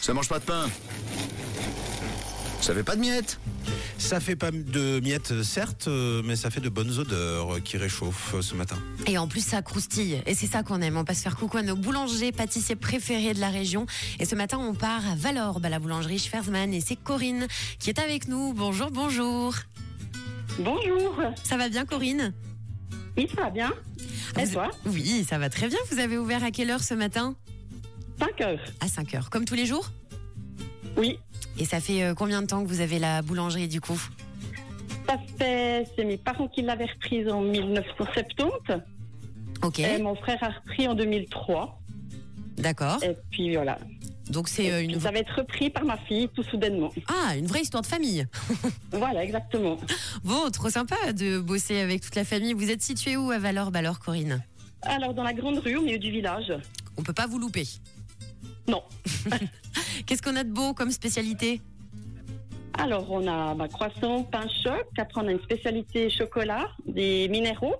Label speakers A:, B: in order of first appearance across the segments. A: Ça mange pas de pain. Ça fait pas de miettes.
B: Ça fait pas de miettes, certes, euh, mais ça fait de bonnes odeurs euh, qui réchauffent euh, ce matin.
C: Et en plus, ça croustille. Et c'est ça qu'on aime. On passe faire coucou à nos boulangers, pâtissiers préférés de la région. Et ce matin, on part à Valorbe, à la boulangerie Schwerzmann. Et c'est Corinne qui est avec nous. Bonjour, bonjour.
D: Bonjour.
C: Ça va bien, Corinne
D: Oui, ça va bien Et
C: Ah, Vous-
D: toi
C: Oui, ça va très bien. Vous avez ouvert à quelle heure ce matin
D: 5 heures.
C: À 5 heures, comme tous les jours.
D: Oui.
C: Et ça fait euh, combien de temps que vous avez la boulangerie du coup
D: Ça fait, c'est mes parents qui l'avaient reprise en 1970
C: Ok,
D: et mon frère a repris en 2003.
C: d'accord.
D: Et puis voilà.
C: Donc c'est euh,
D: Et
C: une...
D: puis, Ça va être repris par ma fille tout soudainement.
C: Ah, une vraie histoire de famille.
D: Voilà, exactement.
C: Bon, trop sympa de bosser avec toute la famille. Vous êtes situé où à Valorbe alors, Corinne
D: Alors, dans la grande rue, au milieu du village
C: On peut pas vous louper.
D: Non.
C: Qu'est-ce qu'on a de beau comme spécialité
D: Alors, on a bah, croissant, pain choc. Après, on a une spécialité chocolat, des minéraux.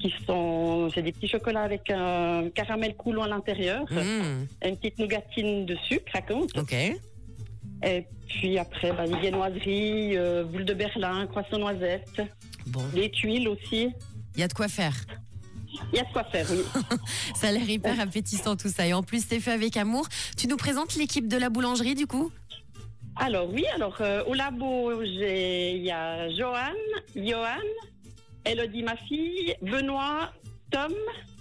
D: Qui sont, c'est des petits chocolats avec un caramel coulant à l'intérieur,
C: Mmh,
D: et une petite nougatine dessus, craquante.
C: Ok.
D: Et puis après, bah, les viennoiseries, euh, boules de Berlin, croissant noisette,
C: Bon,
D: les tuiles aussi.
C: il y a de quoi faire.
D: Il y a de quoi faire, oui.
C: Ça a l'air hyper appétissant tout ça. Et en plus, c'est fait avec amour. Tu nous présentes l'équipe de la boulangerie du coup
D: Alors oui, alors euh, au labo, j'ai- il y a Johan, Johan, Elodie ma fille, Benoît, Tom,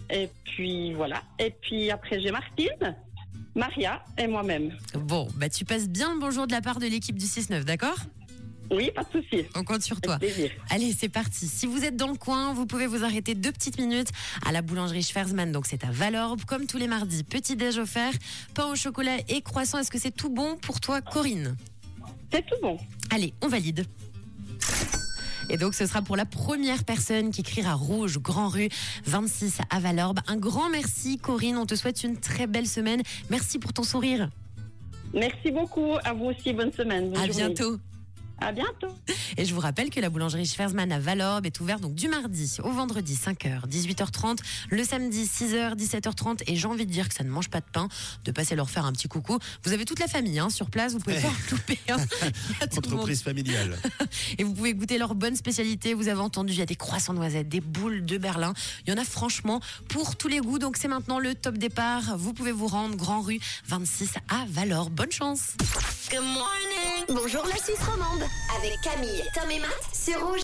D: et puis voilà. Et puis après, j'ai Martine, Maria et moi-même.
C: Bon, bah tu passes bien le bonjour de la part de l'équipe du 6-9, d'accord
D: Oui, pas de souci.
C: On compte sur toi.
D: Avec plaisir.
C: Allez, c'est parti. Si vous êtes dans le coin, vous pouvez vous arrêter deux petites minutes à la boulangerie Schwarzman. Donc, c'est à Valorbe, comme tous les mardis. Petit déj offert, pain au chocolat et croissant. Est-ce que c'est tout bon pour toi, Corinne
D: C'est tout bon.
C: Allez, on valide. Et donc, ce sera pour la première personne qui criera rouge, Grand Rue, 26 à Valorbe. Un grand merci, Corinne. On te souhaite une très belle semaine. Merci pour ton sourire.
D: Merci beaucoup. À vous aussi. Bonne semaine. bonne
C: à
D: journée.
C: bientôt.
D: À bientôt.
C: Et je vous rappelle que la boulangerie Schwarzman à Valorbe est ouverte donc du mardi au vendredi 5h, 18h30, le samedi 6h, 17h30. Et j'ai envie de dire que ça ne mange pas de pain, de passer leur faire un petit coucou. Vous avez toute la famille hein, sur place, vous pouvez
B: Eh.
C: pas en louper. hein. Il y a tout le monde.
B: Entreprise familiale.
C: Et vous pouvez goûter leurs bonnes spécialités. Vous avez entendu, il y a des croissants noisettes, des boules de Berlin. Il y en a franchement pour tous les goûts. Donc c'est maintenant le top départ. Vous pouvez vous rendre Grand Rue 26 à Valorbe. Bonne chance.
E: Bonjour la Suisse romande avec Camille, Tom et Matt, c'est rouge.